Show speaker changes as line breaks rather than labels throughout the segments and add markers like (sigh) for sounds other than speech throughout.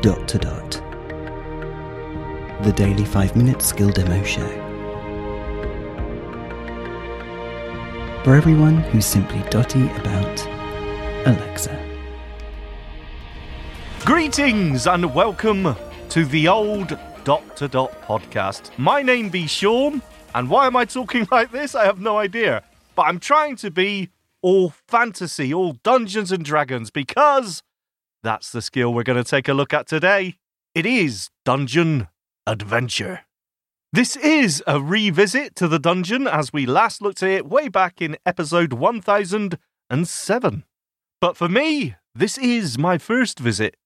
dot to dot. The Daily 5 Minute Skill Demo Show. For everyone who's simply dotty about Alexa.
Greetings and welcome to the old Dot to Dot podcast. My name be Sean, and why am I talking (laughs) like this? I have no idea. But I'm trying to be all fantasy, all Dungeons and Dragons, because that's the skill we're going to take a look at today. It is Dungeon Adventure. This is a revisit to the dungeon as we last looked at it way back in episode 1007. But for me, this is my first visit.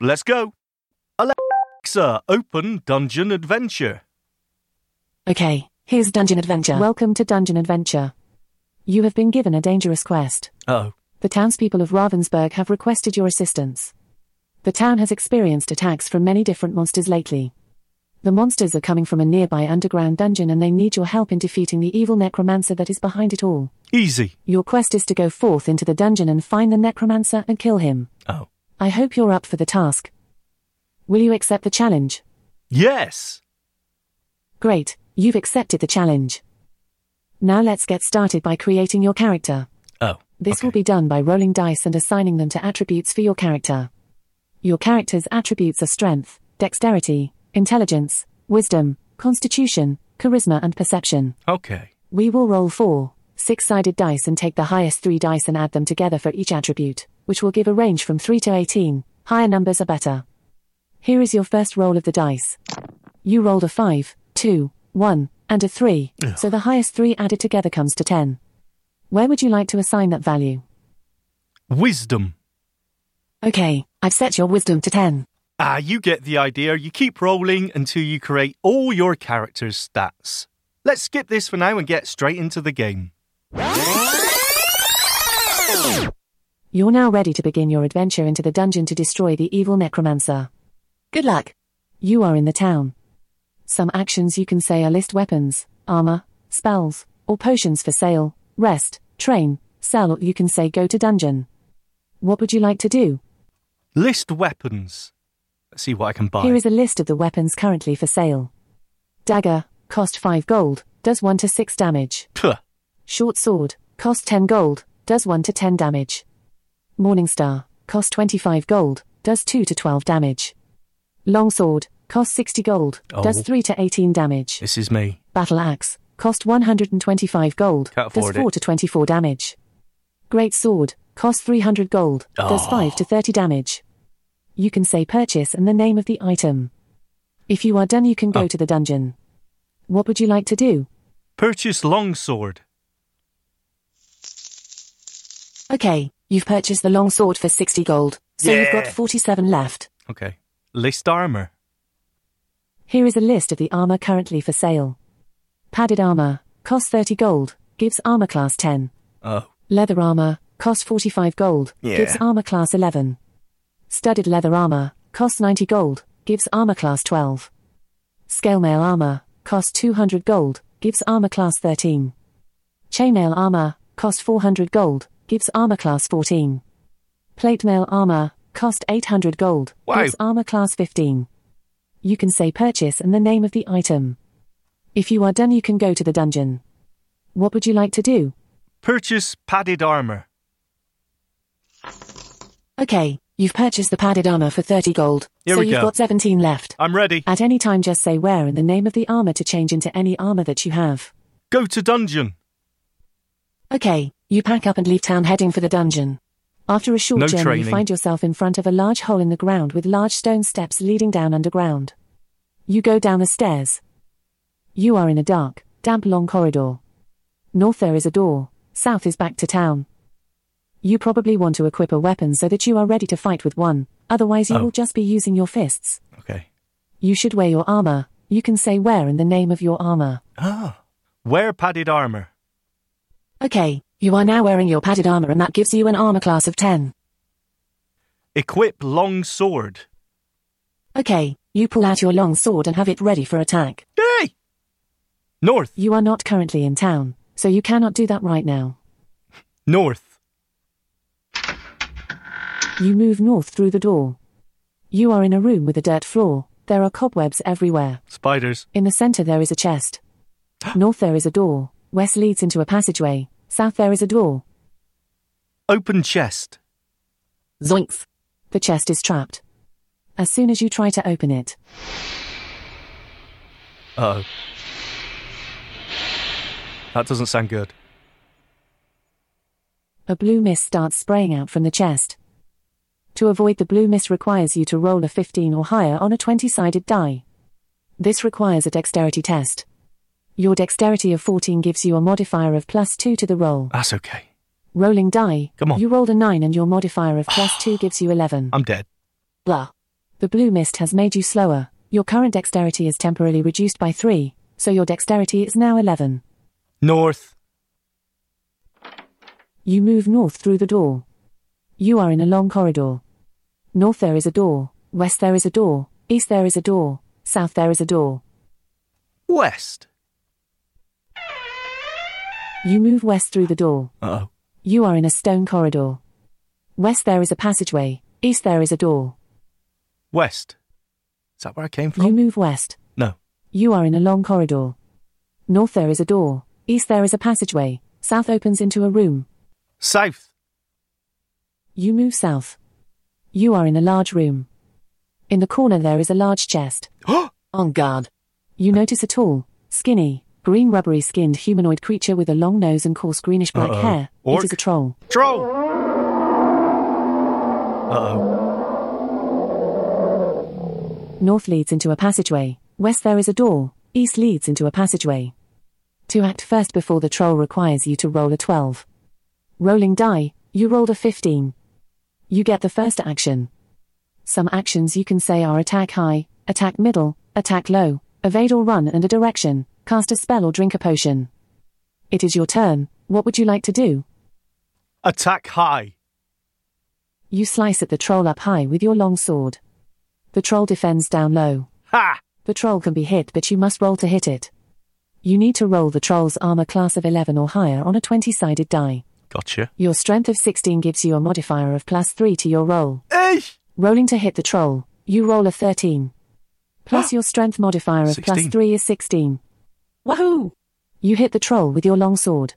Let's go. Alexa, open Dungeon Adventure.
Okay, here's Dungeon Adventure. Welcome to Dungeon Adventure. You have been given a dangerous quest.
Oh,
The townspeople of Ravensburg have requested your assistance. The town has experienced attacks from many different monsters lately. The monsters are coming from a nearby underground dungeon and they need your help in defeating the evil necromancer that is behind it all.
easy.
Your quest is to go forth into the dungeon and find the necromancer and kill him.
Oh,
I hope you're up for the task. Will you accept the challenge?
yes.
Great, you've accepted the challenge. Now let's get started by creating your character.
Oh,
This will be done by rolling dice and assigning them to attributes for your character. Your character's attributes are strength, dexterity, intelligence, wisdom, constitution, charisma, and perception.
okay.
We will roll four, six sided dice and take the highest three dice and add them together for each attribute, which will give a range from 3 to 18. Higher numbers are better. Here is your first roll of the dice. You rolled a 5, 2, 1, and a 3, so the highest three added together comes to 10. Where would you like to assign that value?
Wisdom.
Okay, I've set your wisdom to 10.
Ah, you get the idea. You keep rolling until you create all your character's stats. Let's skip this for now and get straight into the game.
You're now ready to begin your adventure into the dungeon to destroy the evil necromancer. Good luck. You are in the town. Some actions you can say are list weapons, armor, spells, or potions for sale, rest, train, sell, or you can say go to dungeon. What would you like to do?
List weapons. Let's see what I can buy.
Here is a list of the weapons currently for sale. Dagger, cost 5 gold, does 1 to 6 damage.
Puh.
Short sword, cost 10 gold, does 1 to 10 damage. Morningstar, cost 25 gold, does 2 to 12 damage. Longsword, cost 60 gold,
Oh.
does 3 to 18 damage.
This is me.
Battle axe, cost 125 gold,
Can't
does
afford
4
it.
to 24 damage. Great sword, cost 300 gold, does
Oh.
5 to 30 damage. You can say purchase and the name of the item. If you are done, you can go
Oh.
to the dungeon. What would you like to do?
Purchase longsword.
Okay, you've purchased the long sword for 60 gold, so you've got
Yeah.
47 left.
Okay. List armor.
Here is a list of the armor currently for sale. Padded armor, costs 30 gold, gives armor class 10.
Oh.
Leather armor, costs 45 gold,
Yeah.
gives armor class 11. Studded leather armor, costs 90 gold, gives armor class 12. Scale mail armor, costs 200 gold, gives armor class 13. Chainmail armor, costs 400 gold, gives armor class 14. Plate mail armor, cost 800 gold,
Wow.
gives armor class 15. You can say purchase and the name of the item. If you are done, you can go to the dungeon. What would you like to do?
Purchase padded armor.
Okay, you've purchased the padded armor for 30 gold,
Here
so
we
you've
go.
got 17 left.
I'm ready.
At any time, just say where and the name of the armor to change into any armor that you have.
Go to dungeon.
Okay, you pack up and leave town heading for the dungeon. After a short
No
journey,
training.
you find yourself in front of a large hole in the ground with large stone steps leading down underground. You go down the stairs. You are in a dark, damp long corridor. North there is a door, south is back to town. You probably want to equip a weapon so that you are ready to fight with one, otherwise, you
Oh.
will just be using your fists.
Okay.
You should wear your armor, you can say where and the name of your armor.
Ah. Wear padded armor.
Okay, you are now wearing your padded armor and that gives you an armor class of 10.
Equip long sword.
Okay, you pull out your long sword and have it ready for attack.
Yay! North.
You are not currently in town, so you cannot do that right now.
North.
You move north through the door. You are in a room with a dirt floor. There are cobwebs everywhere.
Spiders.
In the center, there is a chest. North, there is a door. West leads into a passageway. South, there is a door.
Open chest.
Zoinks. The chest is trapped. As soon as you try to open it,
Oh. That doesn't sound good.
a blue mist starts spraying out from the chest. To avoid the blue mist requires you to roll a 15 or higher on a 20 sided die. This requires a dexterity test. Your dexterity of 14 gives you a modifier of plus 2 to the roll.
That's okay.
Rolling die.
Come on.
You rolled a 9 and your modifier of plus 2 gives you 11.
I'm dead.
Blah. The blue mist has made you slower. Your current dexterity is temporarily reduced by 3, so your dexterity is now 11.
North.
You move north through the door. You are in a long corridor. North there is a door, west there is a door, east there is a door, south there is a door.
West.
You move west through the door.
Uh oh.
You are in a stone corridor. West there is a passageway, east there is a door.
West. Is that where I came
You
from?
move west.
No.
You are in a long corridor. North there is a door, east there is a passageway, south opens into a room.
South. (gasps)
You move south. You are in a large room. In the corner there is a large chest. On guard. Oh You notice a tall, skinny, green rubbery skinned humanoid creature with a long nose and coarse greenish black
Uh-oh.
hair.
Orc?
It is a troll.
Troll. Uh oh.
North leads into a passageway. West there is a door. East leads into a passageway. To act first before the troll requires you to roll a 12. Rolling die, you rolled a 15. You get the first action. Some actions you can say are attack high, attack middle, attack low, evade or run and a direction, cast a spell or drink a potion. It is your turn. What would you like to do?
Attack high.
You slice at the troll up high with your long sword. The troll defends down low.
Ha!
The troll can be hit, but you must roll to hit it. You need to roll the troll's armor class of 11 or higher on a 20 sided die.
Gotcha.
Your strength of 16 gives you a modifier of plus 3 to your roll.
Hey!
Rolling to hit the troll, you roll a 13. Plus your strength modifier of plus
16.
3 is 16.
Wahoo!
You hit the troll with your longsword.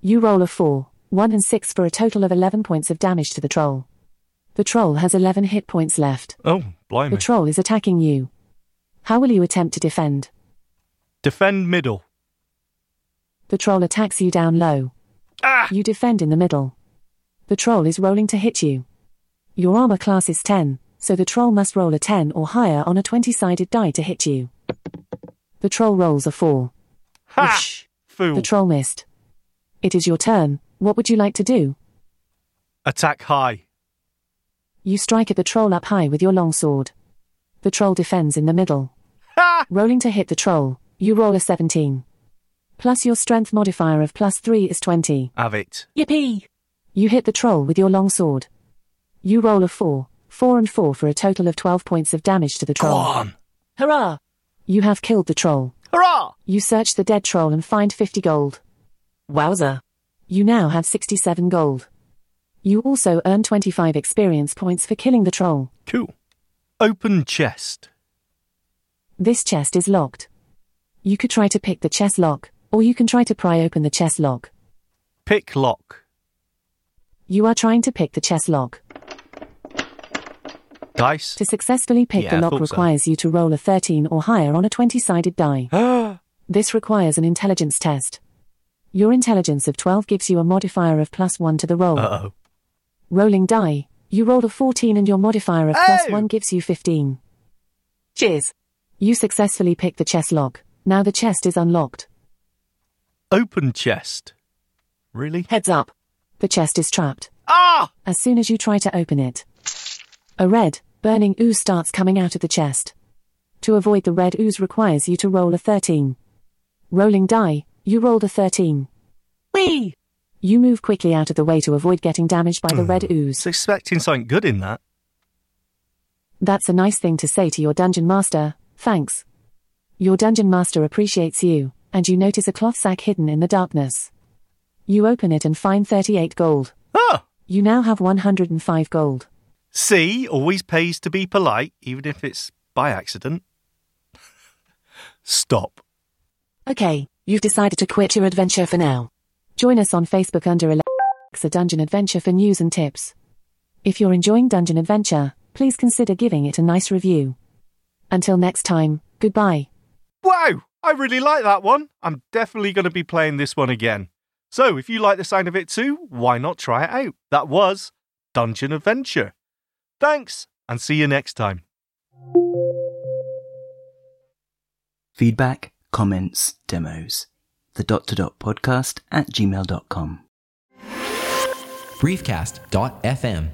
You roll a 4, 1 and 6 for a total of 11 points of damage to the troll. The troll has 11 hit points left.
Oh, blimey.
The troll is attacking you. How will you attempt to defend?
Defend middle.
The troll attacks you down low.
Ah!
You defend in the middle. The troll is rolling to hit you. Your armor class is 10, so the troll must roll a 10 or higher on a 20 sided die to hit you. The troll rolls a 4.
Ha!
Whoosh.
Fool.
The troll missed. It is your turn. What would you like to do?
Attack high.
You strike at the troll up high with your longsword. The troll defends in the middle.
Ha!
Rolling to hit the troll, you roll a 17. Plus your strength modifier of plus 3 is 20.
Have it.
Yippee!
You hit the troll with your longsword. You roll a 4, 4 and 4 for a total of 12 points of damage to the
Go
troll.
on.
Hurrah!
You have killed the troll.
Hurrah!
You search the dead troll and find 50 gold.
Wowza!
You now have 67 gold. You also earn 25 experience points for killing the troll.
Cool. Open chest.
This chest is locked. You could try to pick the chest lock, or you can try to pry open the chest lock.
Pick lock.
You are trying to pick the chest lock.
Dice.
To successfully pick
Yeah, I
the lock
thought so.
requires you to roll a 13 or higher on a 20
(gasps)
sided die. This requires an intelligence test. Your intelligence of 12 gives you a modifier of plus 1 to the roll.
Uh oh.
Rolling die, you rolled a 14 and your modifier of plus
Oh!
1 gives you 15.
Cheers!
You successfully pick the chest lock. Now the chest is unlocked.
Open chest. Really?
Heads up!
The chest is trapped.
Ah!
As soon as you try to open it, a red, burning ooze starts coming out of the chest. To avoid the red ooze requires you to roll a 13. Rolling die, you rolled a 13.
Whee!
You move quickly out of the way to avoid getting damaged by the red ooze.
was expecting something good in that.
That's a nice thing to say to your dungeon master, thanks. Your dungeon master appreciates you, and you notice a cloth sack hidden in the darkness. You open it and find 38 gold.
Ah!
You now have 105 gold.
C always pays to be polite, even if it's by accident. (laughs) Stop.
Okay, you've decided to quit your adventure for now. Join us on Facebook under Alexa Dungeon Adventure for news and tips. If you're enjoying Dungeon Adventure, please consider giving it a nice review. Until next time, goodbye.
Wow, I really like that one. I'm definitely going to be playing this one again. So, if you like the sound of it too, why not try it out? That was Dungeon Adventure. Thanks, and see you next time.
Feedback, comments, demos. The dot to dot podcast at gmail.com.
briefcast.fm